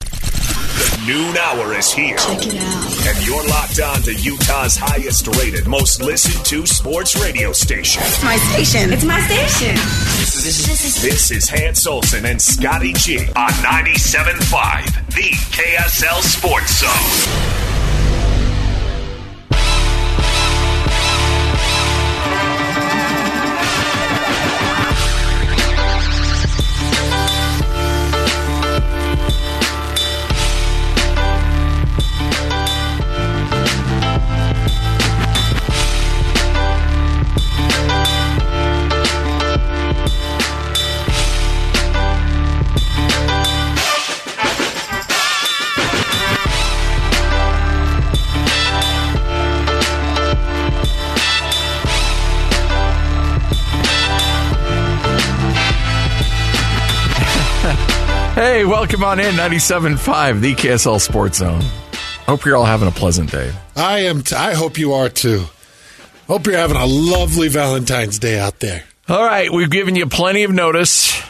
The noon hour is here. Check it out. And you're locked on to Utah's highest rated, most listened to sports radio station. It's my station. It's my station. This is, this is, this is Hans Olsen and Scotty G on 97.5, the KSL Sports Zone. Hey, welcome on in 97.5, the KSL Sports Zone. Hope you're all having a pleasant day. I am. T- I hope you are too. Hope you're having a lovely Valentine's Day out there. All right, we've given you plenty of notice.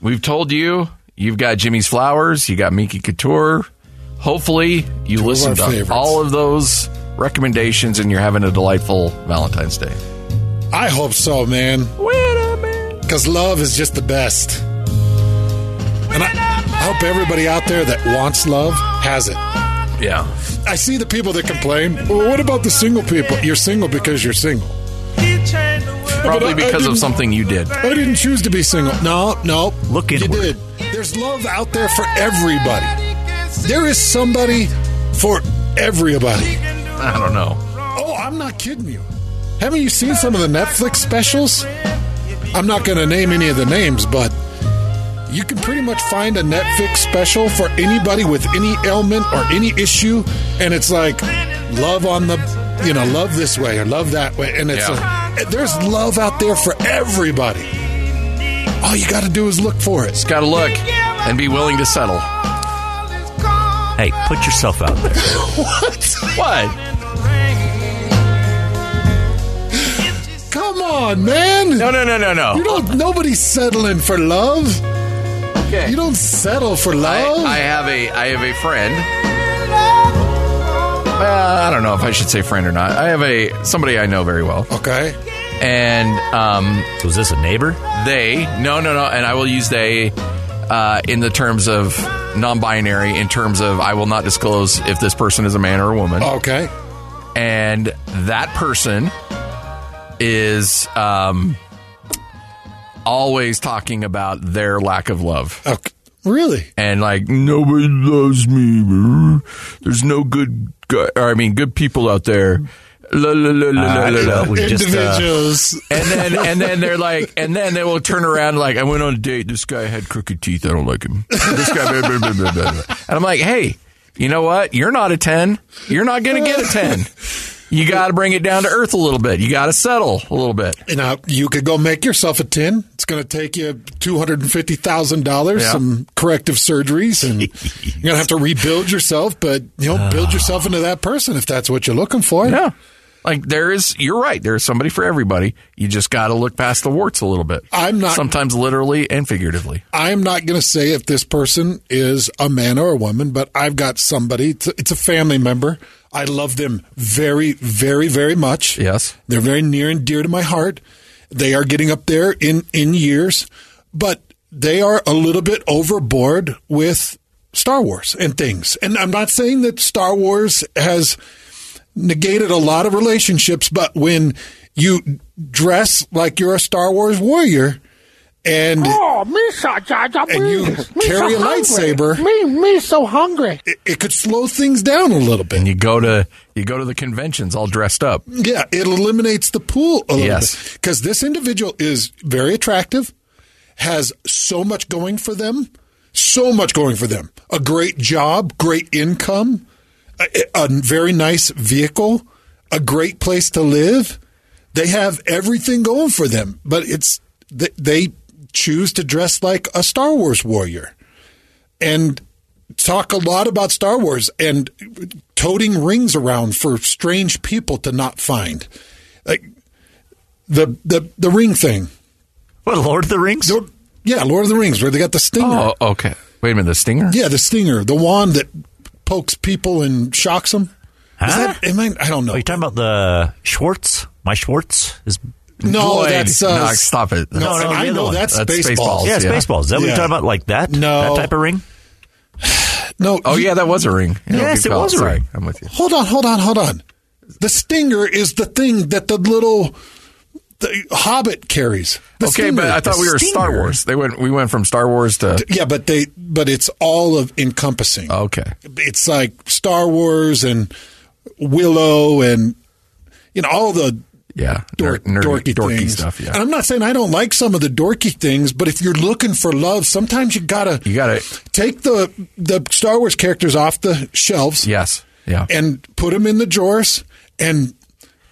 We've told you you've got Jimmy's Flowers, you got Miki Couture. Hopefully, you Two of listen our to favorites. all of those recommendations and you're having a delightful Valentine's Day. I hope so, man. Wait a minute. Because love is just the best. And I, I hope everybody out there that wants love has it. Yeah. I see the people that complain. Well, what about the single people? You're single because you're single. Probably But I- I because of didn't- something you did. I didn't choose to be single. No, no. Look you inward. did. There's love out there for everybody. There is somebody for everybody. I don't know. Oh, I'm not kidding you. Haven't you seen some of the Netflix specials? I'm not going to name any of the names, but you can pretty much find a Netflix special for anybody with any ailment or any issue, and it's like love on the, you know, love this way or love that way, and it's Yeah. a, there's love out there for everybody. All you got to do is look for it. Just got to look and be willing to settle. Hey, put yourself out there. What? Come on, man. No, no, no, no, no. You don't. Nobody's settling for love. Okay. You don't settle for love. I, I have a I have a friend. Uh, I don't know if I should say friend or not. I have a somebody I know very well, okay. and um, Was this a neighbor? they no no no, and I will use they uh, in the terms of non-binary. In terms of I will not disclose if this person is a man or a woman, Okay. and that person is um, always talking about their lack of love. Okay. Really? and like nobody loves me. There's no good, gu- or I mean, good people out there. La, la, la, la, la, la, la. we just, uh, Individuals. And then, and then they're like, and then they will turn around like, I went on a date. This guy had crooked teeth. I don't like him. This guy, blah, blah, blah, blah, blah, blah. and I'm like, hey, you know what? You're not a ten. You're not gonna get a ten. You got to bring it down to earth a little bit. You got to settle a little bit. You know, you could go make yourself a tin. It's going to take you two hundred and fifty thousand dollars, Yeah. some corrective surgeries, and you're going to have to rebuild yourself. But you know, build yourself into that person if that's what you're looking for. Yeah. Like there is, you're right. There is somebody for everybody. You just got to look past the warts a little bit. I'm not- Sometimes literally and figuratively. I'm not going to say if this person is a man or a woman, but I've got somebody. It's it's a family member. I love them very, very, very much. Yes. They're very near and dear to my heart. They are getting up there in, in years, but they are a little bit overboard with Star Wars and things. And I'm not saying that Star Wars has negated a lot of relationships, but when you dress like you're a Star Wars warrior and Oh, me so, Jaja, And me- you me carry so a hungry. lightsaber. Me, me so hungry. it, it could slow things down a little bit. And you go to you go to the conventions all dressed up. Yeah, it eliminates the pool a little Yes. bit because this individual is very attractive, has so much going for them, so much going for them. A great job, great income, a, a very nice vehicle, a great place to live. They have everything going for them, but it's they, they choose to dress like a Star Wars warrior and talk a lot about Star Wars and toting rings around for strange people to not find. Like the the the ring thing. What Lord of the Rings? yeah, Lord of the Rings, where they got the stinger. Oh, okay. Wait a minute. The stinger. Yeah, the stinger, the wand that pokes people and shocks them. Is Huh? that? Am I, I don't know. Are you talking about the Schwartz? My Schwartz is. No, Lloyd. that's uh, No, stop it. No, no, No, the I other know one. that's, That's baseball. Spaceballs, Yeah, it's yeah. baseball. Is that what Yeah. you're talking about? Like that? No. That type of ring? No. Oh you- yeah, that was a ring. Yeah, Yes, good it call. was a Sorry. ring. I'm with you. Hold on, hold on, hold on. The stinger is the thing that the little the hobbit carries. The okay, stinger. but I thought The we were Star stinger. Wars. They went. We went from Star Wars Oh. to. Yeah, but they but it's all of encompassing. Okay. It's like Star Wars and Willow and you know all the Yeah. dork, Ner- nerdy- dorky, dorky things. stuff, yeah. And I'm not saying I don't like some of the dorky things, but if you're looking for love, sometimes you gotta You got it. take the the Star Wars characters off the shelves Yes. Yeah. and put them in the drawers and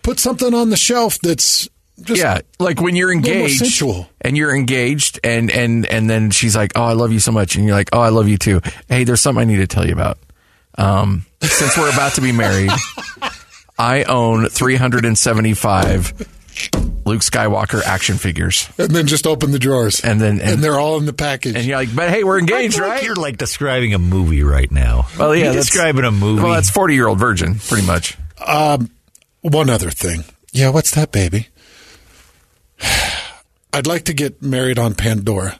put something on the shelf that's just yeah, like when you're a little more engaged sensual. and you're engaged and and and then she's like, "Oh, I love you so much." And you're like, "Oh, I love you too." Hey, there's something I need to tell you about. Um, since we're about to be married, I own 375 Luke Skywalker action figures. and then just open the drawers And then and, and, they're all in the package. and you're like, "But hey, we're engaged, I feel like right?" You're like describing a movie right now. Well, yeah, You're that's- describing a movie. Well, that's 40-year-old virgin, pretty much. Um, one other thing. Yeah, what's that, baby? I'd like to get married on Pandora.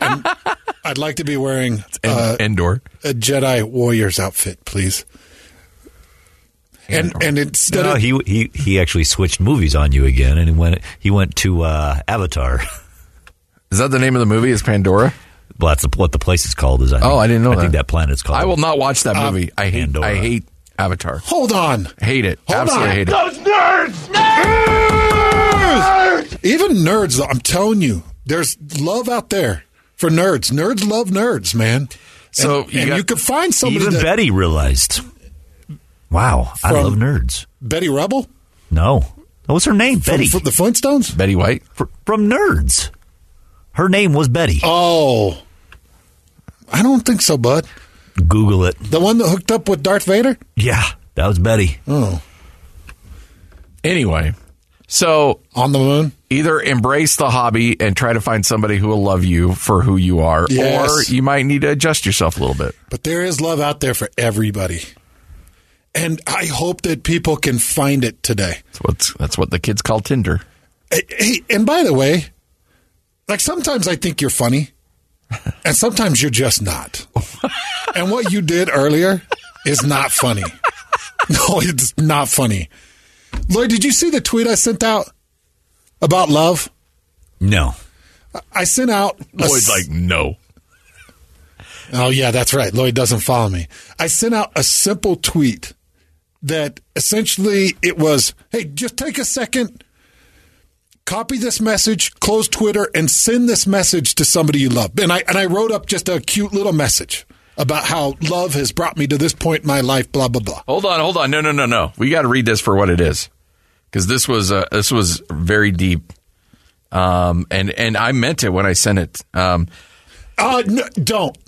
And I'd like to be wearing En- uh, Endor. a Jedi warrior's outfit, please. And and instead no, of he, he he actually switched movies on you again, and he went he went to uh, Avatar. Is that the name of the movie? Is Pandora? Well, that's what the place is called. Is I Oh, think- I didn't know I think that. that planet's called. I will not watch that Uh, movie. I hate Pandora. I hate Avatar. hold on, Hate it. Hold Absolutely on. hate it. even nerds. though, I'm telling you, there's love out there for nerds. Nerds love nerds, man. So and you you, and got- you can find somebody. Even that, Betty realized. Wow, I From- love nerds. Betty Rubble, No, what was her name? Betty from the Flintstones. Betty White. Fr- from Nerds. Her name was Betty. Oh, I don't think so, bud. Google it. The one that hooked up with Darth Vader? Yeah, that was Betty. Oh. Anyway, so On the moon? either embrace the hobby and try to find somebody who will love you for who you are, Yes. or you might need to adjust yourself a little bit. But there is love out there for everybody. And I hope that people can find it today. That's what that's what the kids call Tinder. Hey, hey, and by the way, like sometimes I think you're funny, and sometimes you're just not. and what you did earlier is not funny. No, it's not funny. Lloyd, did you see the tweet I sent out about love? No. I sent out a Boyd's like, no. Oh yeah, that's right. Lloyd doesn't follow me. I sent out a simple tweet that essentially it was, "Hey, just take a second, copy this message, close Twitter, and send this message to somebody you love." And I and I wrote up just a cute little message. about how love has brought me to this point in my life, blah, blah, blah. Hold on, hold on. No, no, no, no. We got to read this for what it is, because this was uh, this was very deep, um, and and I meant it when I sent it. Um, uh, no, don't,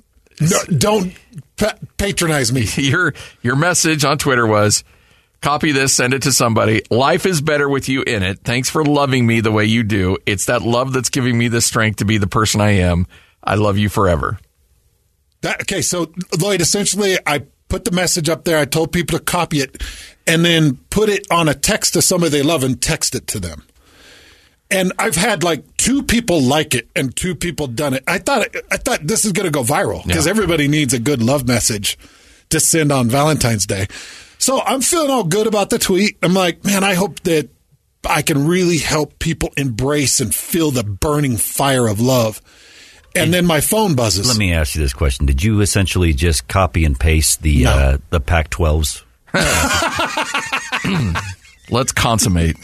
no, don't pa- patronize me. your your message on Twitter was. Copy this, send it to somebody. Life is better with you in it. Thanks for loving me the way you do. It's that love that's giving me the strength to be the person I am. I love you forever. That, okay, so Lloyd, essentially, I put the message up there. I told people to copy it, and then put it on a text to somebody they love and text it to them. And I've had like two people like it and two people done it. I thought I thought this is going to go viral because everybody needs a good love message to send on Valentine's Day. So I'm feeling all good about the tweet. I'm like, man, I hope that I can really help people embrace and feel the burning fire of love. And then my phone buzzes. Let me ask you this question: Did you essentially just copy and paste the uh, the Pac-12s? Let's consummate.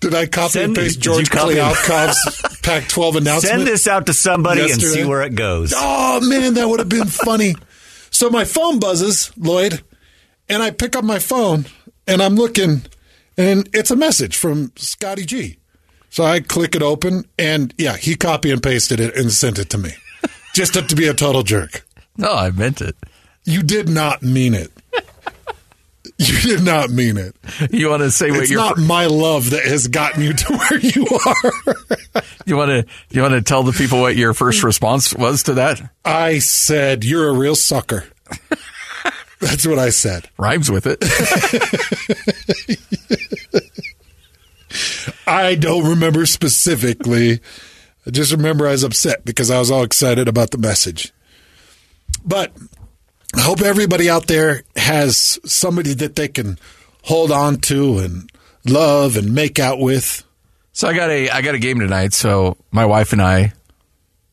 Did I copy Send- and did paste you George copy- Kliavkov's Pac-12 announcement? Send this out to somebody and see yesterday? where it goes. Oh man, that would have been funny. so my phone buzzes, Lloyd, and I pick up my phone Um, and I'm looking, and it's a message from Scotty G. So I click it open, and yeah, he copy and pasted it and sent it to me, just to be a total jerk. No, I meant it. You did not mean it. You did not mean it. You want to say what It's your not my love that has gotten you to where you are. you want to you want to tell the people what your first response was to that? I said, You're a real sucker. That's what I said. Rhymes with it. I don't remember specifically. I just remember I was upset because I was all excited about the message. But I hope everybody out there has somebody that they can hold on to and love and make out with. So I got a I got a game tonight. So my wife and I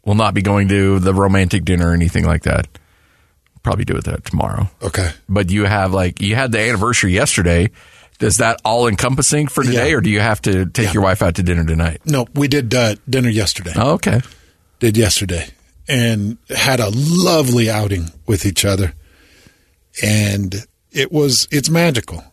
will not be going to the romantic dinner or anything like that. Probably do it that tomorrow. Okay. But you have like you had the anniversary yesterday. Is that all encompassing for today, Yeah. or do you have to take your wife out to dinner tonight? No, we did uh, dinner yesterday. Oh, okay. Did yesterday and had a lovely outing with each other. And it was it's magical.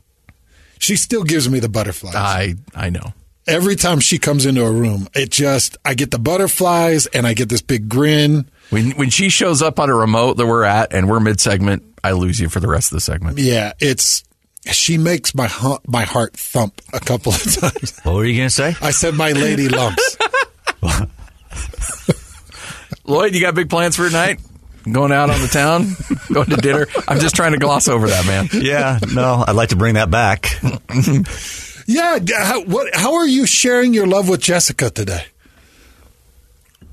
She still gives me the butterflies. I I know. every time she comes into a room, it just I get the butterflies and I get this big grin. When when she shows up on a remote that we're at and we're mid segment, I lose you for the rest of the segment. Yeah, it's she makes my hu- my heart thump a couple of times. What were you going to say? I said my lady lumps. Lloyd, you got big plans for tonight? Going out on the town, going to dinner. I'm just trying to gloss over that, man. Yeah, no, I'd like to bring that back. Yeah, d- how, what how are you sharing your love with Jessica today?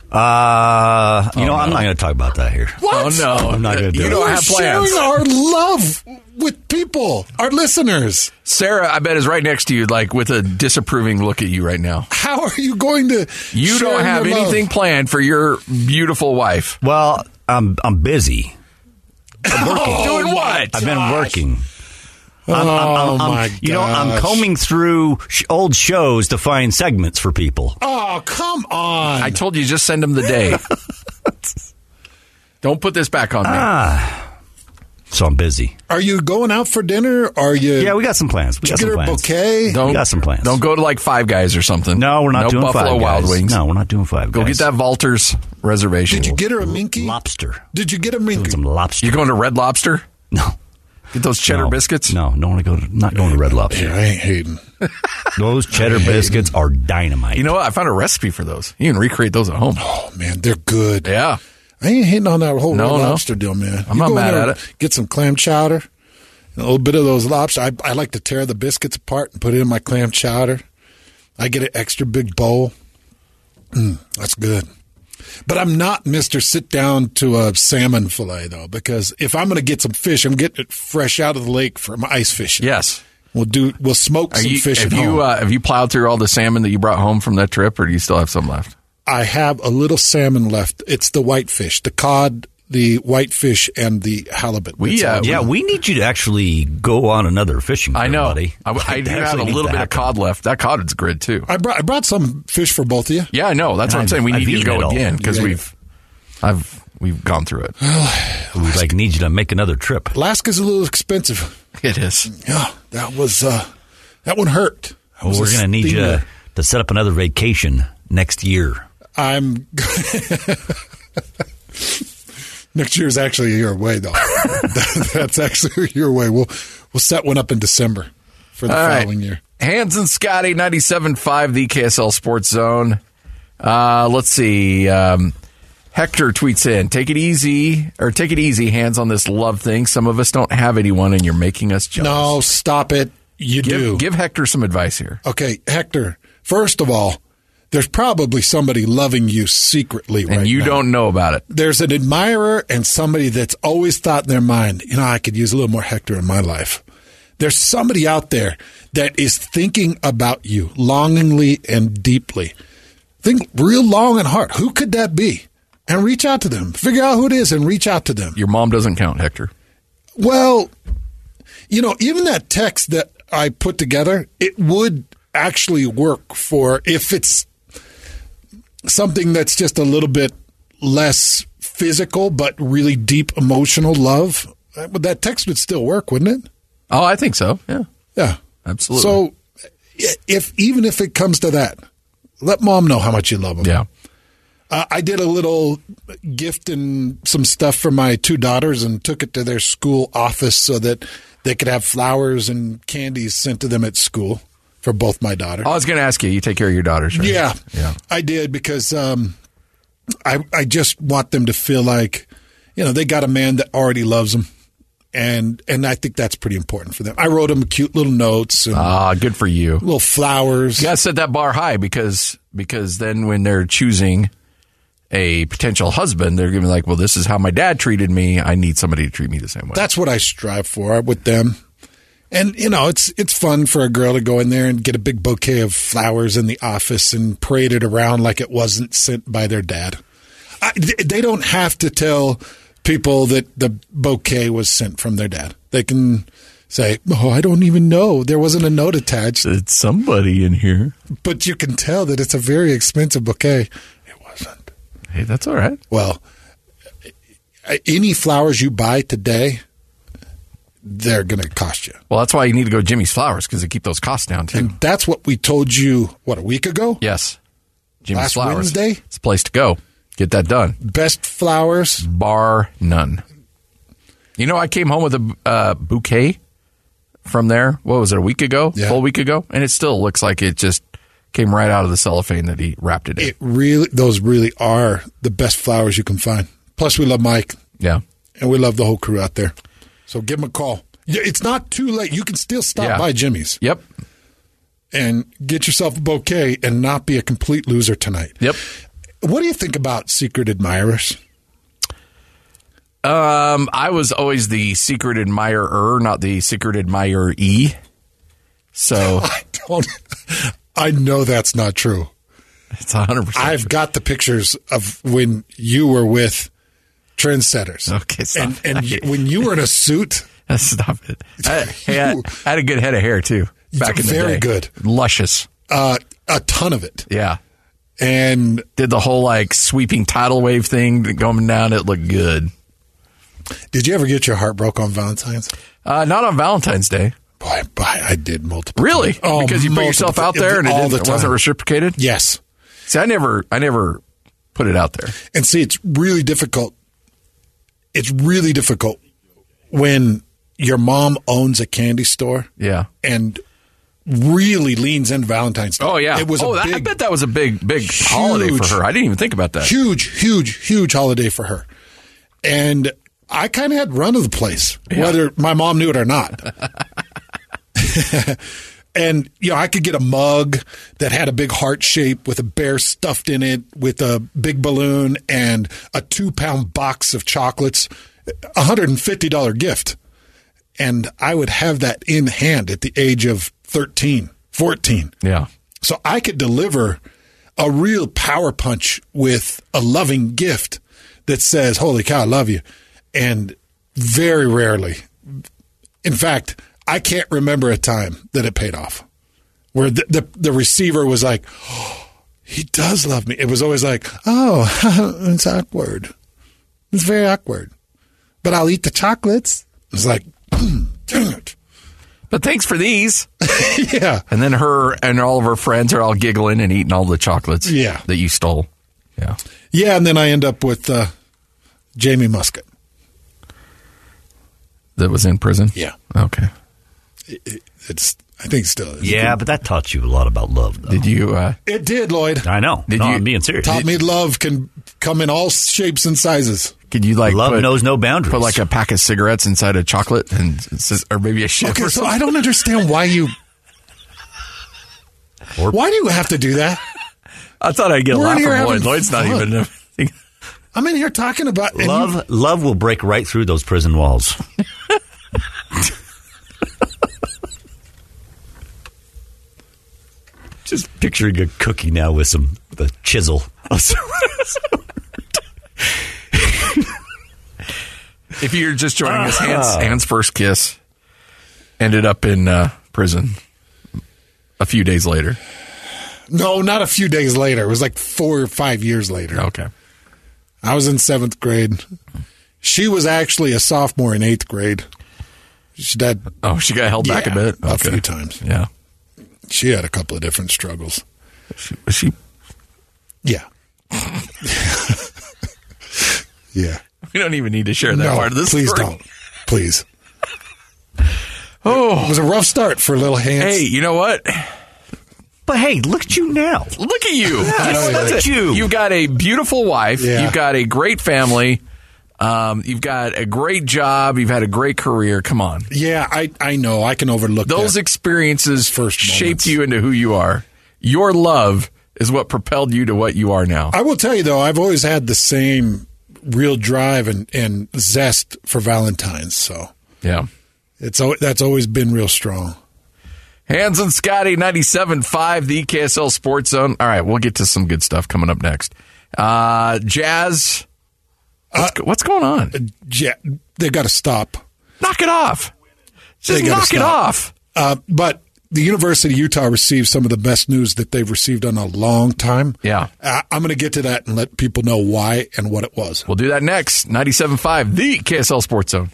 Uh, you know, I'm not going to talk about that here. What? Oh no, I'm not gonna do you it. don't We're have plans. sharing our love with people, our listeners. Sarah, I bet is right next to you, like with a disapproving look at you right now. How are you going to? You share don't have your love? anything planned for your beautiful wife. Well, I'm I'm busy. I'm working. Doing what? I've been working. Oh my You know, I'm gosh. combing through sh- old shows to find segments for people. Oh come on! I told you, just send them the day. don't put this back on me. Ah. So I'm busy. are you going out for dinner? Are you? Yeah, we got some plans. We Did got you some get her plans. bouquet? don't We got some plans. Don't go to like Five Guys or something. No, we're not no doing Buffalo five Wild guys. Wings. No, we're not doing five. Go guys. get that Valters reservation. Did you get her a minky? lobster. Did you get a Doing minky? some lobster. You going to Red Lobster? no Get those cheddar no, biscuits. No, no want to go. To, not going to Red Lobster. Yeah, I ain't hating. Those cheddar biscuits are dynamite. You know what? I found a recipe for those. You can recreate those at home. Oh man, they're good. Yeah. I ain't hitting on that whole No, no. red lobster deal, man. I'm You not go in mad there at and it. Get some clam chowder, and a little bit of those lobster. I, I like to tear the biscuits apart and put it in my clam chowder. I get an extra big bowl. Mm, that's good. But I'm not Mister Sit Down to a salmon fillet though, because if I'm going to get some fish, I'm getting it fresh out of the lake from ice fishing. Yes. we'll do. We'll smoke Are some you, fish have at you home. uh, have you plowed through all the salmon that you brought home from that trip, or do you still have some left? I have a little salmon left. It's the whitefish, the cod, the whitefish, and the halibut. We, That's uh, all I yeah, we need you to actually go on another fishing. I trip, know. buddy. I, I do Actually have a need little that bit of happen. cod left. That cod is good too. I brought I brought some fish for both of you. Yeah, I know. That's what And I'm I've- saying. We I've need you to eaten it go all. again because Yeah. we've. I've we've gone through it. we like need you to make another trip. Alaska's a little expensive. Mm. It is. Yeah, that was uh, that one hurt. That Well, was we're a going to need you stinger. to, to set up another vacation next year. I'm. Next year's actually your way, though. That- That's actually your way. We'll we'll set one up in December for the All right. following year. Hands and Scotty, 97.5, the KSL Sports Zone. Uh, let's see. Um, Hector tweets in, take it easy, or take it easy, hands on this love thing. Some of us don't have anyone, and you're making us jealous. No, stop it. You give, do. Give Hector some advice here. Okay, Hector. First of all, there's probably somebody loving you secretly And right you now. don't know about it. There's an admirer and somebody that's always thought in their mind, you know, I could use a little more Hector in my life. There's somebody out there that is thinking about you longingly and deeply. Think real long and hard. Who could that be? And reach out to them. Figure out who it is and reach out to them. Your mom doesn't count, Hector. Well, you know, even that text that I put together, it would actually work for if it's something that's just a little bit less physical but really deep emotional love. uh, But that text would still work, wouldn't it? Oh, I think so. Yeah. Yeah. Absolutely. So i- if even if it comes to that, let mom know how much you love them. yeah. Uh, I did a little gift and some stuff for my two daughters and took it to their school office so that they could have flowers and candies sent to them at school for both my daughters. I was going to ask you, you take care of your daughters, right? Yeah, Yeah. I did because um, I I just want them to feel like you know they got a man that already loves them, and and I think that's pretty important for them. I wrote them cute little notes and Ah, good for you. little flowers. You got to set that bar high because because then when they're choosing a potential husband, they're going to be like, well, this is how my dad treated me. I need somebody to treat me the same way. That's what I strive for with them. And you know, it's it's fun for a girl to go in there and get a big bouquet of flowers in the office and parade it around like it wasn't sent by their dad. I, th- they don't have to tell people that the bouquet was sent from their dad. They can say, "Oh, I don't even know. There wasn't a note attached." it's somebody in here. But you can tell that it's a very expensive bouquet. It wasn't. Hey, that's all right. Well, a- any flowers you buy today, they're going to cost you. Well, that's why you need to go to Jimmy's Flowers because they keep those costs down too. And that's what we told you, what, a week ago? yes, Jimmy's Last Flowers. Wednesday? it's a place to go. Get that done. Best flowers. Bar none. You know, I came home with a uh, bouquet from there. What was it? A week ago? Yeah. Full week ago, and it still looks like it just came right out of the cellophane that he wrapped it in. It really, those really are the best flowers you can find. Plus, we love Mike yeah. and we love the whole crew out there. So give him a call. Yeah, It's not too late. You can still stop Yeah. by Jimmy's Yep. and get yourself a bouquet and not be a complete loser tonight. Yep. What do you think about secret admirers? Um, I was always the secret admirer, not the secret admiree. So I don't. I know that's not true. it's hundred percent. I've got the pictures of when you were with trendsetters. Okay, stop. and and you- when you were in a suit, Stop it. I, hey, I, I had a good head of hair too back in the Very day. good. luscious. uh, a ton of it, Yeah, and did the whole like sweeping tidal wave thing going down. It looked good. did you ever get your heart broke on Valentine's? Uh, not on Valentine's Day, Boy, boy I did multiple. really, times. Oh, because you put multiple yourself times. out there and it, All didn't, the it wasn't time. reciprocated. Yes, See, I never, I never put it out there. and see, it's really difficult. It's really difficult when your mom owns a candy store Yeah. and really leans into Valentine's. Day. Oh yeah. it was Oh, a that- big I bet that was a big, big holiday for huge- her. I didn't even think about that. huge, huge, huge holiday for her. And I kind of had run of the place, whether my mom knew it or not. and you know, I could get a mug that had a big heart shape with a bear stuffed in it, with a big balloon and a two pound box of chocolates, a hundred and fifty dollar gift. And I would have that in hand at the age of 13, 14. Yeah. So I could deliver a real power punch with a loving gift that says, Holy cow, I love you. And very rarely, in fact, I can't remember a time that it paid off where the, the, the receiver was like, oh, He does love me. It was always like, Oh, it's awkward. It's very awkward. But I'll eat the chocolates. It's like, damn it. But thanks for these. yeah. And then her and all of her friends are all giggling and eating all the chocolates Yeah. that you stole. Yeah. Yeah, and then I end up with uh, Jamie Muscat. That was in prison? Yeah. Okay. It, it, it's, I think, still is. Yeah, but that taught you a lot about love, though. Did you? Uh, It did, Lloyd. I know. Did no, you- I'm being serious. Taught me love can come in all shapes and sizes. Could you like love put, knows no boundaries. put like a pack of cigarettes inside a chocolate and s- or maybe a ship Okay, or so something? I don't understand why you. Or- why do you have to do that? I thought I'd get a We're laugh in here from Lloyd. having Lloyd's not fun. even. I'm in here talking about and you- love, love will break right through those prison walls. Just picturing a cookie now with some with a chisel. If you're just joining us, Hans, Hans' first kiss ended up in uh, prison a few days later. No, not a few days later. It was like four or five years later. Okay. I was in seventh grade. She was actually a sophomore in eighth grade. She had Oh, she got held back a Yeah, bit. a Okay. few times. Yeah. She had a couple of different struggles. She, she Yeah. yeah. we don't even need to share that part of this. please story. don't. Please. It Oh, was a rough start for little hands. hey, you know what? But hey, look at you now. Look at you. You know, look that's at it. you. You've got a beautiful wife. Yeah. You've got a great family. Um, you've got a great job. You've had a great career. Come on. Yeah, I, I know. I can overlook Those that. experiences First shaped moments. you into who you are. Your love is what propelled you to what you are now. I will tell you though, I've always had the same real drive and, and zest for Valentine's. So Yeah. it's al- that's always been real strong. Hands and Scotty, 97.5, the KSL Sports Zone. All right, we'll get to some good stuff coming up next. Uh, Jazz, what's, go- what's going on? Yeah, they got to stop. Knock it off. Just gotta knock it stop. off. Uh, but the University of Utah received some of the best news that they've received in a long time. Yeah. Uh, I'm going to get to that and let people know why and what it was. We'll do that next. 97.5, the KSL Sports Zone.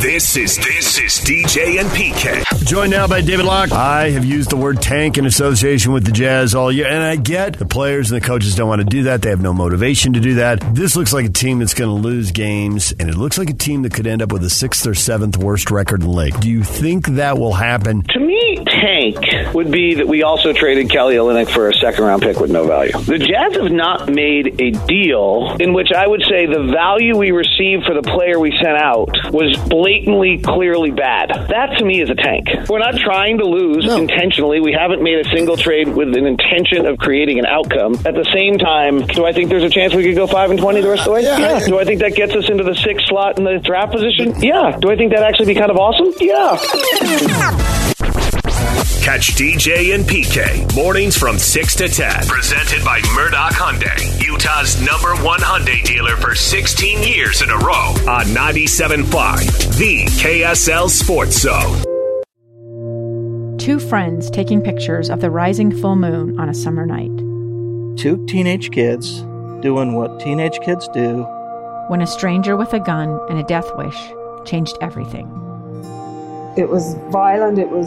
This is this is DJ and PK. Joined now by David Locke. I have used the word tank in association with the Jazz all year, and I get the players and the coaches don't want to do that. They have no motivation to do that. This looks like a team that's going to lose games, and it looks like a team that could end up with a sixth or seventh worst record in the league. Do you think that will happen? To me, tank would be that we also traded Kelly Olynyk for a second round pick with no value. The Jazz have not made a deal in which I would say the value we received for the player we sent out was blatantly, clearly bad. That to me is a tank. We're not trying to lose intentionally. We haven't made a single trade with an intention of creating an outcome. At the same time, do I think there's a chance we could go five and twenty the rest of the way? Yeah. Do I think that gets us into the sixth slot in the draft position? Yeah. Do I think that actually be kind of awesome? Yeah. Catch DJ and PK mornings from 6 to 10. Presented by Murdoch Hyundai, Utah's number one Hyundai dealer for 16 years in a row on 97.5, the KSL Sports Zone. Two friends taking pictures of the rising full moon on a summer night. Two teenage kids doing what teenage kids do. when a stranger with a gun and a death wish changed everything. It was violent, it was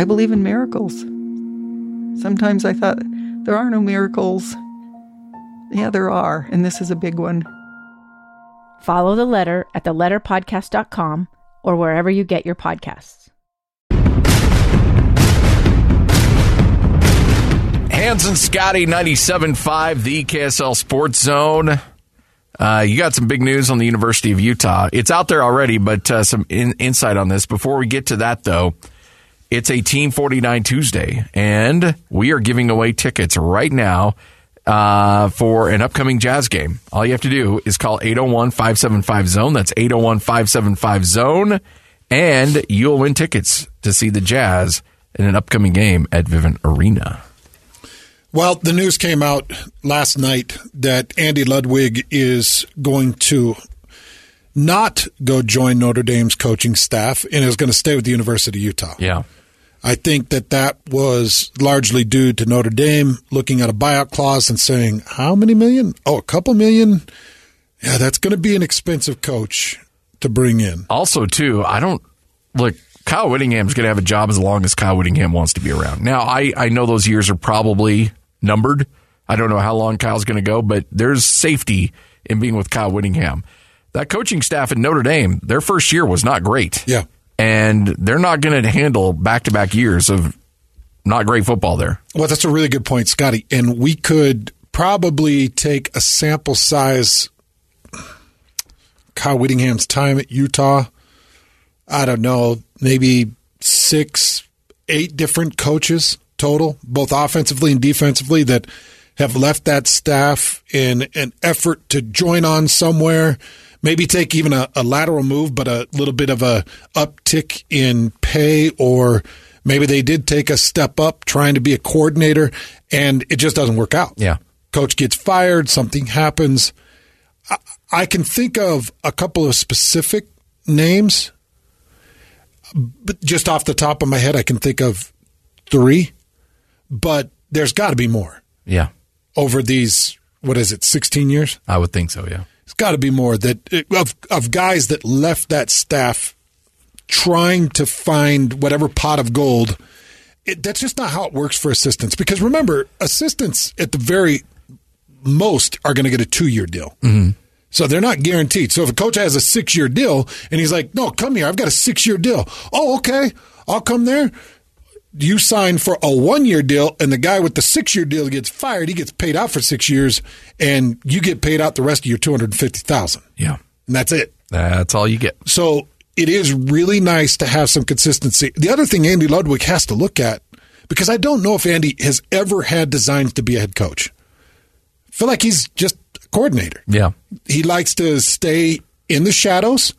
I believe in miracles. Sometimes I thought there are no miracles. Yeah, there are, and this is a big one. Follow the letter at theletterpodcast.com or wherever you get your podcasts. Hands and Scotty, 97.5, the KSL Sports Zone. Uh, you got some big news on the University of Utah. It's out there already, but uh, some in- insight on this. Before we get to that, though, it's a Team 49 Tuesday, and we are giving away tickets right now uh, for an upcoming Jazz game. All you have to do is call 801 575 Zone. That's 801 575 Zone. And you'll win tickets to see the Jazz in an upcoming game at Vivint Arena. Well, the news came out last night that Andy Ludwig is going to not go join Notre Dame's coaching staff and is going to stay with the University of Utah. Yeah. I think that that was largely due to Notre Dame looking at a buyout clause and saying, how many million? Oh, a couple million? Yeah, that's going to be an expensive coach to bring in. Also, too, I don't look. Kyle Whittingham's going to have a job as long as Kyle Whittingham wants to be around. Now, I I know those years are probably numbered. I don't know how long Kyle's going to go, but there's safety in being with Kyle Whittingham. That coaching staff at Notre Dame, their first year was not great. Yeah. And they're not going to handle back to back years of not great football there. Well, that's a really good point, Scotty. And we could probably take a sample size Kyle Whittingham's time at Utah. I don't know, maybe six, eight different coaches total, both offensively and defensively, that have left that staff in an effort to join on somewhere, maybe take even a, a lateral move, but a little bit of a uptick in pay, or maybe they did take a step up trying to be a coordinator, and it just doesn't work out. Yeah. Coach gets fired, something happens. I, I can think of a couple of specific names but just off the top of my head, I can think of three, but there's got to be more Yeah. over these. What is it? Sixteen years? I would think so, yeah. It's got to be more that of of guys that left that staff trying to find whatever pot of gold. It, that's just not how it works for assistants. Because remember, assistants at the very most are going to get a two year deal. Mm-hmm. So they're not guaranteed. So if a coach has a six year deal and he's like, no, come here, I've got a six year deal. Oh, okay, I'll come there. You sign for a one year deal, and the guy with the six year deal gets fired. He gets paid out for six years, and you get paid out the rest of your two hundred fifty thousand, Yeah. and that's it. That's all you get. So it is really nice to have some consistency. The other thing Andy Ludwig has to look at, because I don't know if Andy has ever had designs to be a head coach. I feel like he's just a coordinator. Yeah. He likes to stay in the shadows.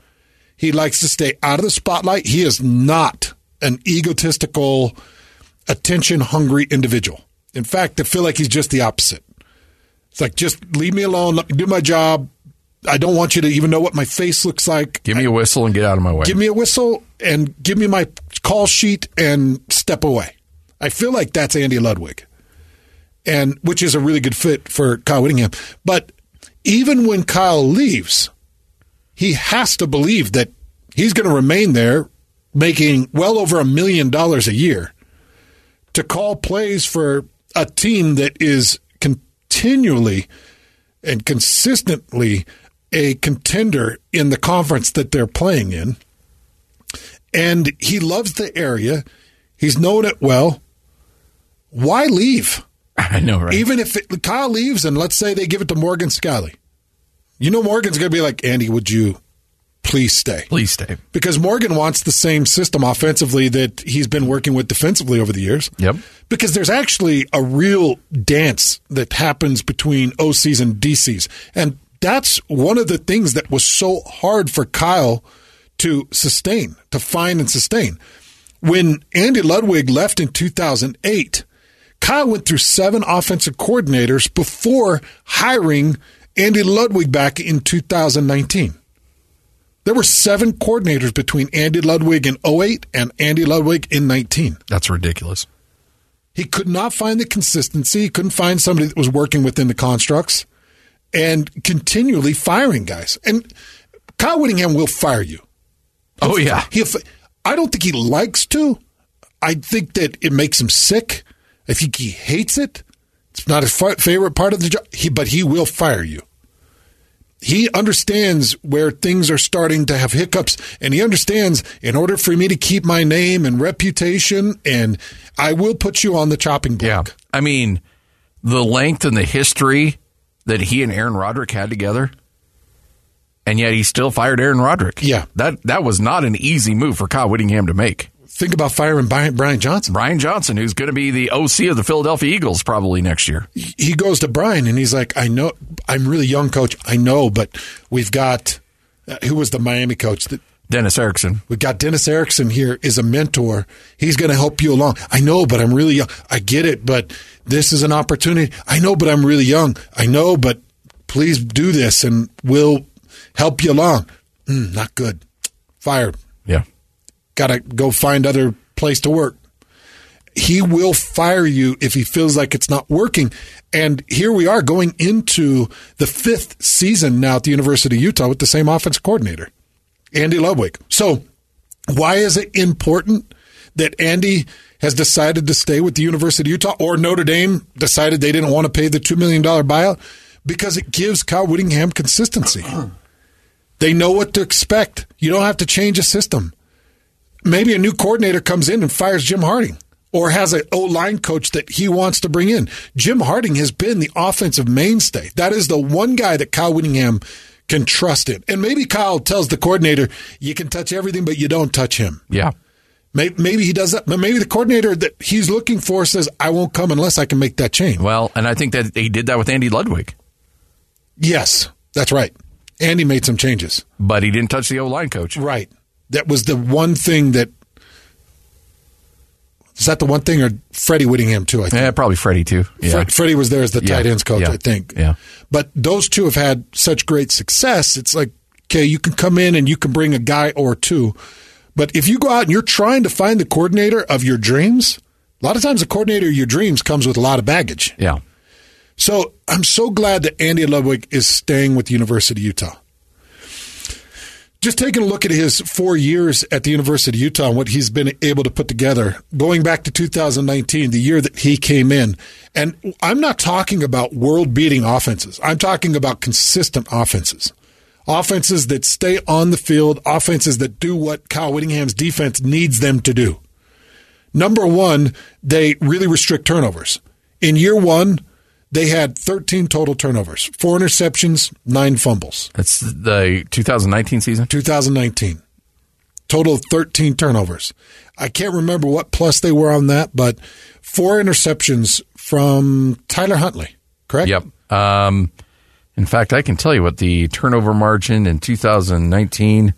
He likes to stay out of the spotlight. He is not an egotistical, attention hungry individual. In fact, I feel like he's just the opposite. It's like, just leave me alone. Let me do my job. I don't want you to even know what my face looks like. Give me a whistle and get out of my way. Give me a whistle and give me my call sheet and step away. I feel like that's Andy Ludwig, and which is a really good fit for Kyle Whittingham. But even when Kyle leaves, he has to believe that he's going to remain there, making well over a million dollars a year to call plays for a team that is continually and consistently a contender in the conference that they're playing in. And he loves the area. He's known it well. Why leave? I know, right? Even if it, Kyle leaves and let's say they give it to Morgan Scally. You know Morgan's going to be like, "Andy, would you please stay?" Please stay. Because Morgan wants the same system offensively that he's been working with defensively over the years. Yep. Because there's actually a real dance that happens between OCs and DCs. And that's one of the things that was so hard for Kyle to sustain, to find and sustain. When Andy Ludwig left in 2008, Kyle went through seven offensive coordinators before hiring Andy Ludwig back in 2019. There were seven coordinators between Andy Ludwig in 08 and Andy Ludwig in 19. That's ridiculous. He could not find the consistency. He couldn't find somebody that was working within the constructs and continually firing guys. And Kyle Whittingham will fire you. Oh, yeah. He'll, fi- I don't think he likes to. I think that it makes him sick. I think he hates it. It's not his fa- favorite part of the job, he, but he will fire you he understands where things are starting to have hiccups and he understands in order for me to keep my name and reputation and I will put you on the chopping block. I mean, the length and the history that he and Aaron Roderick had together, and yet he still fired Aaron Roderick. Yeah. That that was not an easy move for Kyle Whittingham to make. Think about firing Brian, Brian Johnson. Brian Johnson, who's going to be the OC of the Philadelphia Eagles probably next year. He goes to Brian and he's like, I know, I'm really young, coach. I know, but we've got, uh, who was the Miami coach? That, Dennis Erickson. We've got Dennis Erickson here is a mentor. He's going to help you along. I know, but I'm really young. I get it, but this is an opportunity. I know, but I'm really young. I know, but please do this and we'll help you along. Mm, not good. Fired. Yeah. Got to go find other place to work. He will fire you if he feels like it's not working. And here we are going into the fifth season now at the University of Utah with the same offense coordinator. Andy Ludwig. So, why is it important that Andy has decided to stay with the University of Utah or Notre Dame decided they didn't want to pay the $2 million buyout? Because it gives Kyle Whittingham consistency. they know what to expect. You don't have to change a system. Maybe a new coordinator comes in and fires Jim Harding or has an O line coach that he wants to bring in. Jim Harding has been the offensive mainstay. That is the one guy that Kyle Whittingham can trust in. And maybe Kyle tells the coordinator, you can touch everything, but you don't touch him. Yeah. May- Maybe he does that, but maybe the coordinator that he's looking for says, I won't come unless I can make that change. Well, and I think that he did that with Andy Ludwig, Yes, that's right. Andy made some changes. but he didn't touch the O line coach. Right. That was the one thing that. Is that the one thing, or Freddie Whittingham, too? I think. Yeah, probably Freddie too. Yeah. Fred, Freddie was there as the Yeah, tight ends coach, yeah, I think. Yeah. But those two have had such great success. It's like, okay, you can come in and you can bring a guy or two. But if you go out and you're trying to find the coordinator of your dreams, a lot of times the coordinator of your dreams comes with a lot of baggage. Yeah. So I'm so glad that Andy Ludwig is staying with the University of Utah. Just taking a look at his four years at the University of Utah and what he's been able to put together, going back to 2019, the year that he came in. And I'm not talking about world beating offenses, I'm talking about consistent offenses. Offenses that stay on the field, offenses that do what Kyle Whittingham's defense needs them to do. Number one, they really restrict turnovers. In year one, they had 13 total turnovers, four interceptions, nine fumbles. That's the 2019 season. 2019. Total of 13 turnovers. I can't remember what plus they were on that, but four interceptions from Tyler Huntley, correct? Yep. Um, in fact, I can tell you what the turnover margin in 2019.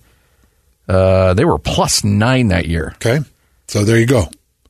Uh, they were plus nine that year. Okay, so there you go.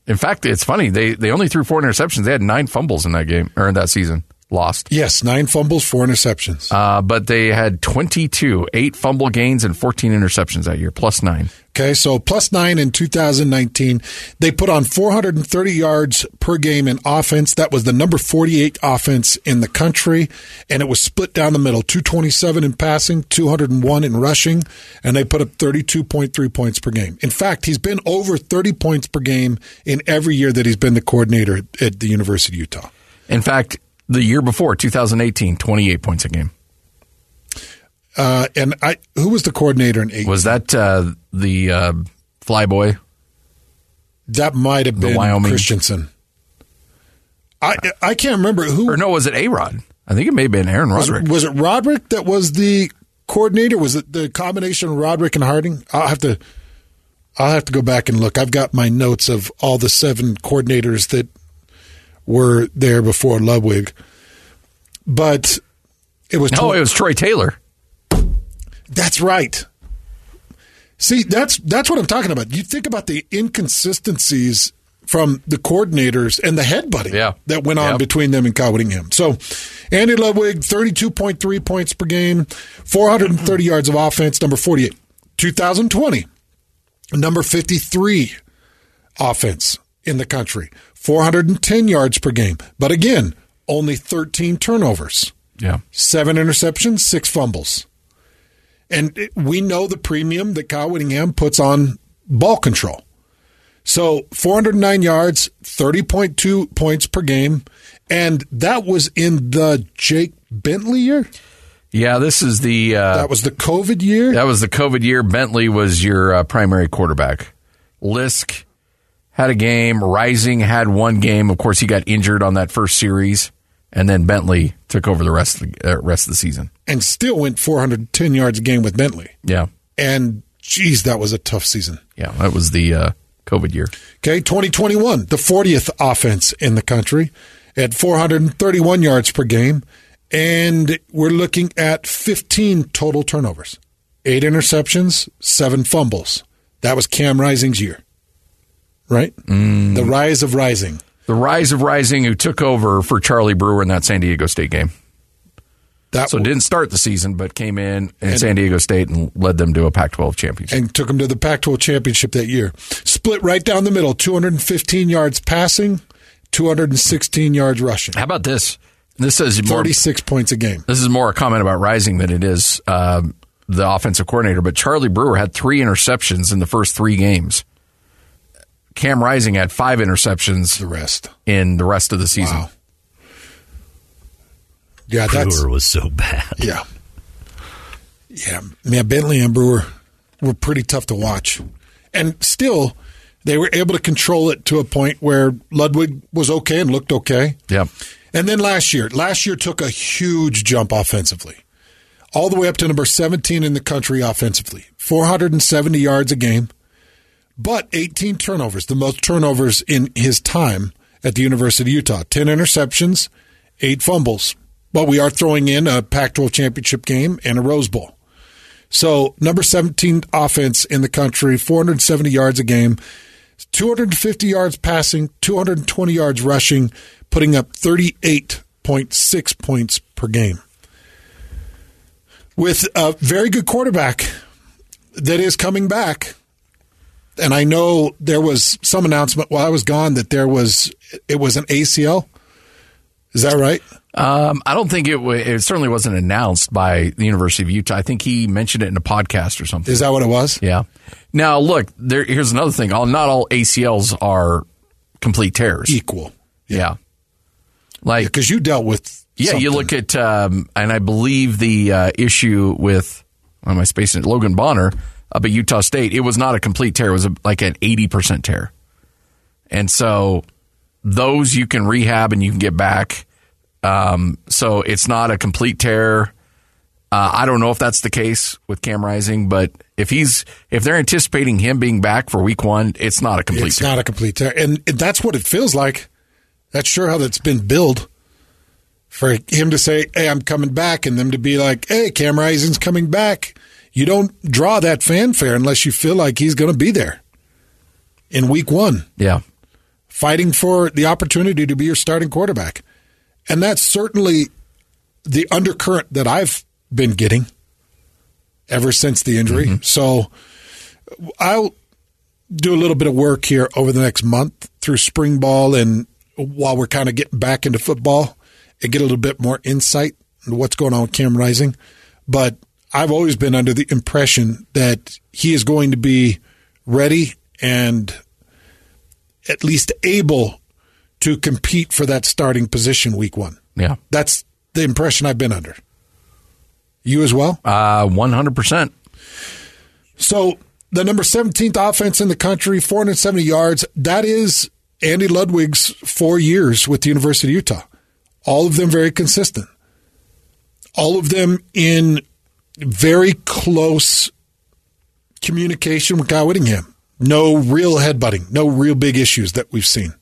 In fact, it's funny they they only threw four interceptions. They had nine fumbles in that game or in that season. Lost. Yes, nine fumbles, four interceptions. Uh, but they had 22, eight fumble gains and 14 interceptions that year, plus nine. Okay, so plus nine in 2019. They put on 430 yards per game in offense. That was the number 48 offense in the country. And it was split down the middle 227 in passing, 201 in rushing. And they put up 32.3 points per game. In fact, he's been over 30 points per game in every year that he's been the coordinator at- at the University of Utah. In fact, the year before, 2018, 28 points a game. Uh, and I, who was the coordinator in eight? Was that uh, the uh, flyboy? That might have The been Wyoming- Christensen. I, I can't remember who Or no, was it A Rod? I think it may have been Aaron Was Roderick. it, was it Roderick that was the coordinator? Was it the combination of Roderick and Harding? I'll have to I'll have to go back and look. I've got my notes of all the seven coordinators that were there before Ludwig. But it was no, tw- it was Troy Taylor. that's right. See, that's that's what I'm talking about. You think about the inconsistencies from the coordinators and the headbutting Yeah. that went on Yep. between them and Kyle Whittingham. So, Andy Ludwig, 32.3 points per game, 430 yards of offense, number 48. 2020, number 53 offense in the country, 410 yards per game. But again, only 13 turnovers Yeah. seven interceptions, six fumbles. And it- we know the premium that Kyle Whittingham puts on ball control. So 409 yards, 30.2 points per game. And that was in the Jake Bentley year. Yeah, this is the uh, That was the COVID year. That was the COVID year. Bentley was your uh, primary quarterback. Lisk had a game. Rising had one game. Of course, he got injured on that first series, and then Bentley took over the rest of the uh, rest of the season. And still went 410 yards a game with Bentley. Yeah, And geez, that was a tough season. yeah, that was the uh, COVID year. Okay, 2021, the 40th offense in the country at 431 yards per game. And we're looking at 15 total turnovers, eight interceptions, seven fumbles. That was Cam Rising's year, right? The rise of Rising. The rise of Rising, who took over for Charlie Brewer in that San Diego State game. so didn't start the season, but came in in And- San Diego State and led them to a Pac-12 championship. and took him to the Pac 12 championship that year. Split right down the middle 215 yards passing, 216 yards rushing. How about this? This says more- 36 points a game. This is more a comment about Rising than it is um the offensive coordinator. But Charlie Brewer had three interceptions in the first three games. Cam Rising had five interceptions. The rest in the rest of the season. Yeah, Brewer that's- was so bad. Yeah. Yeah. Man, Bentley and Brewer were pretty tough to watch. And still, they were able to control it to a point where Ludwig was okay and looked okay. Yeah. And then last year, last year took a huge jump offensively, all the way up to number 17 in the country offensively, 470 yards a game, but 18 turnovers, the most turnovers in his time at the University of Utah. 10 interceptions, eight fumbles. But we are throwing in a Pac 12 championship game and a Rose Bowl. So, number 17 offense in the country, 470 yards a game, 250 yards passing, 220 yards rushing, putting up 38.6 points per game. With a very good quarterback that is coming back. And I know there was some announcement while I was gone that there was it was an ACL. Is that right? Um, I don't think it. wa it certainly wasn't announced by the University of Utah. I think he mentioned it in a podcast or something. Is that what it was? Yeah. Now look, there. Here's another thing. All, not all ACLs are complete tears. Equal. Yeah. Like because you dealt with. Yeah, you look at um, and I believe the uh, issue with why am I spacing it? Logan Bonner up at Utah State. It was not a complete tear. It was a, like an eighty percent tear. And so those you can rehab and you can get back. Um, so it's not a complete tear. Uh, I don't know if that's the case with Cam Rising, but if he's if they're anticipating him being back for week one, it's not a complete it's tear. not a complete tear, and that's what it feels like. That's sure how that's been billed. For him to say, "Hey, I'm coming back," and them to be like, "Hey, Cam Rising's coming back." You don't draw that fanfare unless you feel like he's going to be there in week one. Yeah, fighting for the opportunity to be your starting quarterback, and that's certainly the undercurrent that I've been getting ever since the injury. So I'll do a little bit of work here over the next month through spring ball and while we're kind of getting back into football and get a little bit more insight into what's going on with Cam Rising. But I've always been under the impression that he is going to be ready and at least able to compete for that starting position week one. Yeah. That's the impression I've been under. You as well? Uh, 100%. So the number 17th offense in the country, 470 yards. That is Andy Ludwig's four years with the University of Utah. All of them very consistent. All of them in very close communication with Guy Whittingham. No real headbutting, no real big issues that we've seen.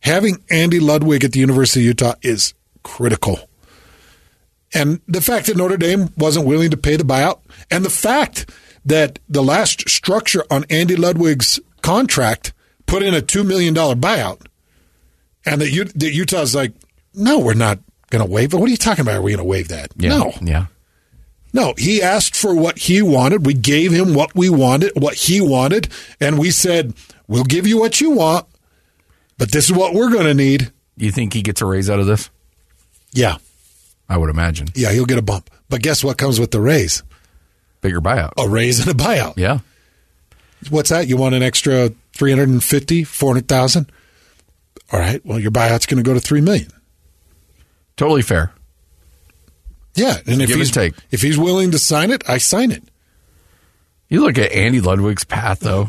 Having Andy Ludwig at the University of Utah is critical. And the fact that Notre Dame wasn't willing to pay the buyout, and the fact that the last structure on Andy Ludwig's contract put in a $2 million buyout, and that, U- that Utah's like, no, we're not going to waive it. What are you talking about? Are we going to waive that? Yeah. No. Yeah. No, he asked for what he wanted. We gave him what we wanted, what he wanted, and we said, "We'll give you what you want, but this is what we're going to need." You think he gets a raise out of this? Yeah, I would imagine. yeah, he'll get a bump. But guess what comes with the raise? Bigger buyout. A raise and a buyout. Yeah. What's that? You want an extra 350, 400,000? All right. Well, your buyout's going to go to 3 million. Totally fair. Yeah, and if Give and he's take. if he's willing to sign it, I sign it. You look at Andy Ludwig's path, though.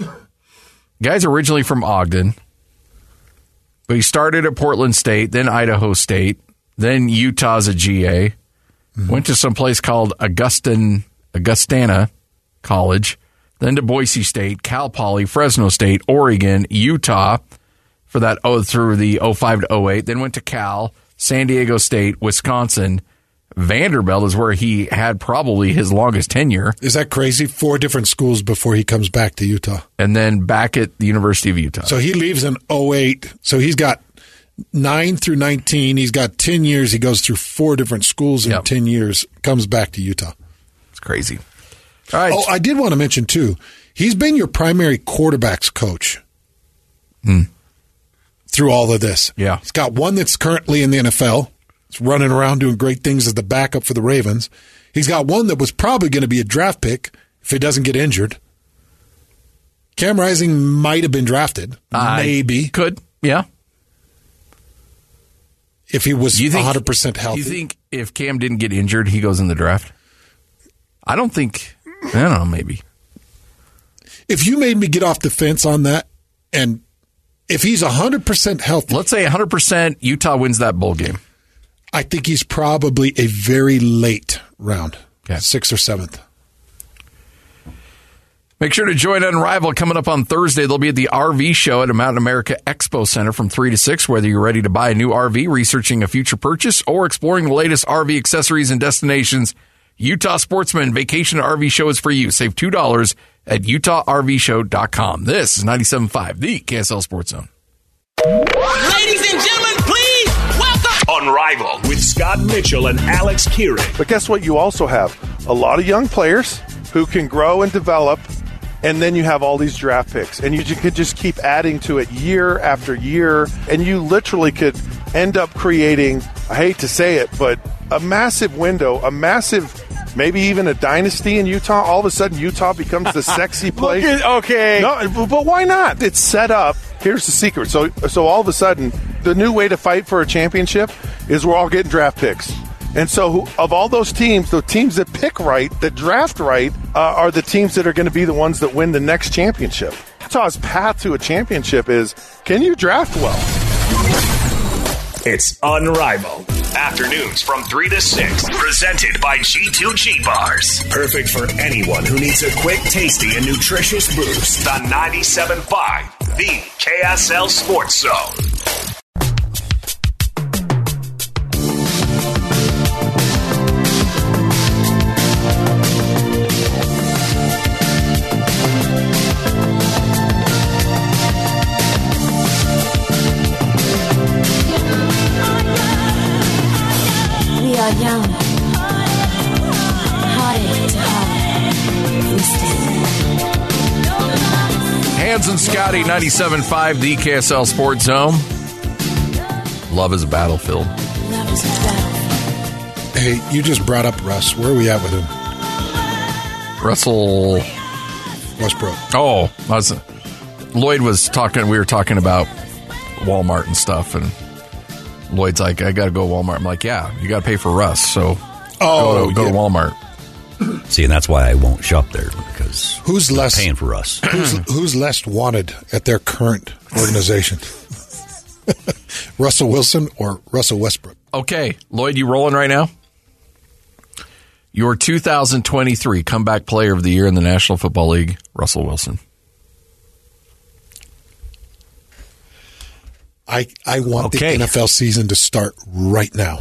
Guy's originally from Ogden, but he started at Portland State, then Idaho State, then Utah's a GA. Went to some place called Augustin Augustana College, then to Boise State, Cal Poly, Fresno State, Oregon, Utah for that oh through the 05 to 08, then went to Cal, San Diego State, Wisconsin, Vanderbilt is where he had probably his longest tenure. Is that crazy? Four different schools before he comes back to Utah. And then back at the University of Utah. So he leaves in 08. So he's got 9 through 19. He's got 10 years. He goes through four different schools in 10 years, comes back to Utah. It's crazy. Oh, I did want to mention, too, he's been your primary quarterback's coach Hmm. through all of this. Yeah. He's got one that's currently in the NFL. It's running around doing great things as the backup for the Ravens. He's got one that was probably going to be a draft pick if he doesn't get injured. Cam Rising might have been drafted. I maybe. Could. Yeah. If he was Do you think- 100% Do healthy. You think if Cam didn't get injured, he goes in the draft? I don't think. I don't know. Maybe if you made me get off the fence on that, and if he's 100% healthy, let's say 100% Utah wins that bowl game. I think he's probably a very late round, sixth or seventh. Make sure to join Unrivaled coming up on Thursday. They'll be at the RV show at a Mountain America Expo Center from 3 to 6. Whether you're ready to buy a new RV, researching a future purchase, or exploring the latest RV accessories and destinations, Utah Sportsman Vacation RV Show is for you. Save $2 at utahrvshow.com. This is 97.5, the KSL Sports Zone. Ladies and gentlemen, please welcome. Unrivaled with Scott Mitchell and Alex Kearing. But guess what? You also have a lot of young players who can grow and develop, and then you have all these draft picks, and you ju- could just keep adding to it year after year, and you literally could end up creating. I hate to say it, but a massive window, a massive. Maybe even a dynasty in Utah. All of a sudden, Utah becomes the sexy place. okay, no, but- but why not? It's set up. Here's the secret. So, so all of a sudden, the new way to fight for a championship is we're all getting draft picks. And so, who- of all those teams, the teams that pick right, that draft right, uh, are the teams that are going to be the ones that win the next championship. Utah's path to a championship is can you draft well? It's Unrivaled. Afternoons from 3 to 6. Presented by G2G Bars. Perfect for anyone who needs a quick, tasty, and nutritious boost. On 97.5, the KSL Sports Zone. We are young. Hearted to Hans and Scotty, 97.5, the KSL Sports Zone. Love is a battlefield. Hey, you just brought up Russ. Where are we at with him? Russell Westbrook. Oh, I was, Lloyd was talking. We were talking about Walmart and stuff, and Lloyd's like, "I got to go to Walmart." I'm like, "Yeah, you got to pay for Russ, so go, Oh, to, go to Walmart." See, and that's why I won't shop there because Who's they're less- paying for us? who's, who's less wanted at their current organization? Russell Wilson or Russell Westbrook? Okay, Lloyd, you rolling right now? Your 2023 comeback player of the year in the National Football League, Russell Wilson. I, I want the NFL season to start right now.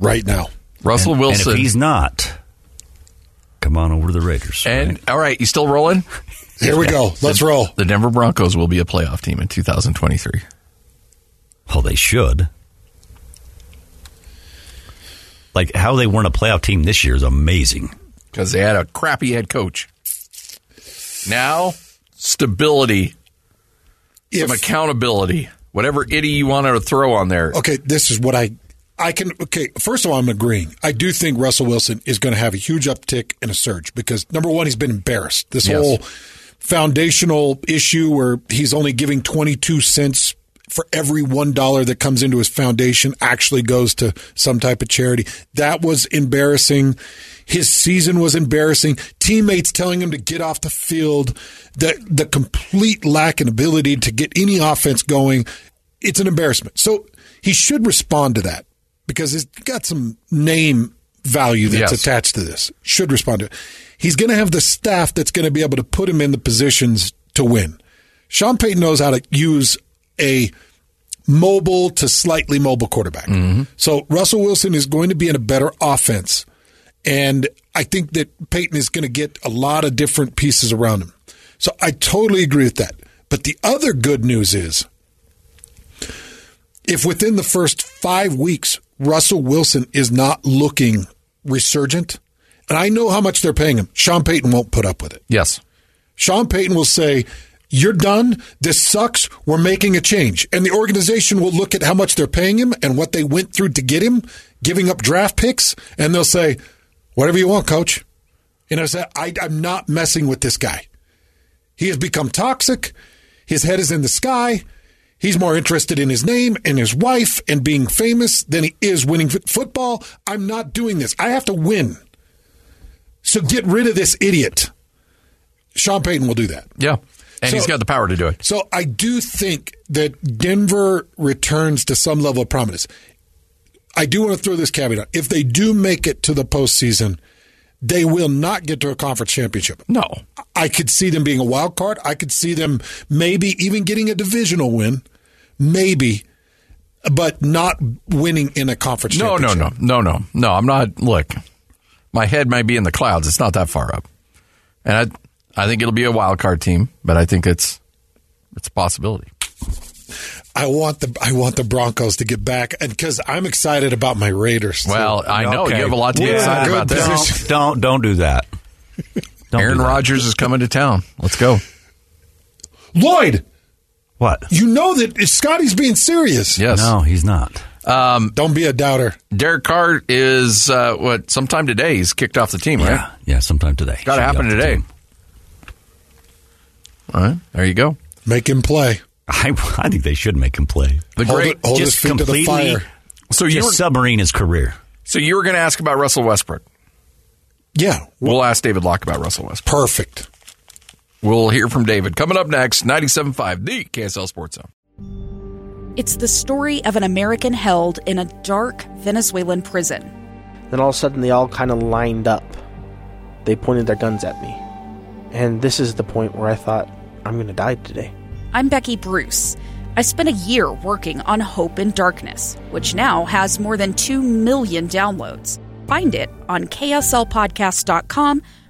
Right now. Russell And- Wilson. And if he's not, come on over to the Raiders. And all right, you still rolling? Here we go. Let's roll. The Denver Broncos will be a playoff team in 2023. Well, they should. Like how they weren't a playoff team this year is amazing. because they had a crappy head coach. Now, stability, some accountability, whatever itty you want to throw on there. Okay, this is what I I can okay, first of all I'm agreeing. I do think Russell Wilson is going to have a huge uptick and a surge because number 1 he's been embarrassed. This Yes. whole foundational issue where he's only giving 22 cents for every $1 that comes into his foundation actually goes to some type of charity. That was embarrassing. His season was embarrassing. Teammates telling him to get off the field, the the complete lack in ability to get any offense going. It's an embarrassment. So he should respond to that because he's got some name value that's Yes. attached to this, should respond to it. He's going to have the staff that's going to be able to put him in the positions to win. Sean Payton knows how to use a mobile to slightly mobile quarterback. So Russell Wilson is going to be in a better offense. And I think that Peyton is going to get a lot of different pieces around him. So I totally agree with that. But the other good news is if within the first five weeks, Russell Wilson is not looking resurgent, and I know how much they're paying him, Sean Payton won't put up with it. Yes. Sean Payton will say, You're done. This sucks. We're making a change. And the organization will look at how much they're paying him and what they went through to get him, giving up draft picks, and they'll say, Whatever you want, coach. You know, so I, I'm not messing with this guy. He has become toxic. His head is in the sky. He's more interested in his name and his wife and being famous than he is winning f- football. I'm not doing this. I have to win. So get rid of this idiot. Sean Payton will do that. Yeah. And So- he's got the power to do it. So I do think that Denver returns to some level of prominence. I do want to throw this caveat out. If they do make it to the postseason, they will not get to a conference championship. No. I could see them being a wild card. I could see them maybe even getting a divisional win, maybe, but not winning in a conference No, championship. no, no, no, no, no. I'm not. Look, my head might be in the clouds. It's not that far up, and I, I think it'll be a wild card team, but I think it's, it's a possibility. I want the I want the Broncos to get back, and because I'm excited about my Raiders. too. Well, I know you have a lot to be We're in excited good about. there. position. Don't, don't do that. Aaron Rodgers is coming to town. Let's go. Lloyd, What? You know that Scotty's being serious. Yes. No, he's not. Um, Don't be a doubter. Derek Carr is uh, what? Sometime today, he's kicked off the team, right? Yeah, yeah sometime today. Got to happen today. All right, there you go. Make him play. I, I think they should make him play. The Hold great- it- hold his just feet to the completely. fire. So So you you were- submarine his career. So you were going to ask about Russell Westbrook. Yeah. We'll ask David Locke about Russell Westbrook. Perfect. We'll hear from David. Coming up next, 97.5, the KSL Sports Zone. It's the story of an American held in a dark Venezuelan prison. Then all of a sudden, they all kind of lined up. They pointed their guns at me. And this is the point where I thought, I'm going to die today. I'm Becky Bruce. I spent a year working on Hope in Darkness, which now has more than 2 million downloads. Find it on KSLpodcast.com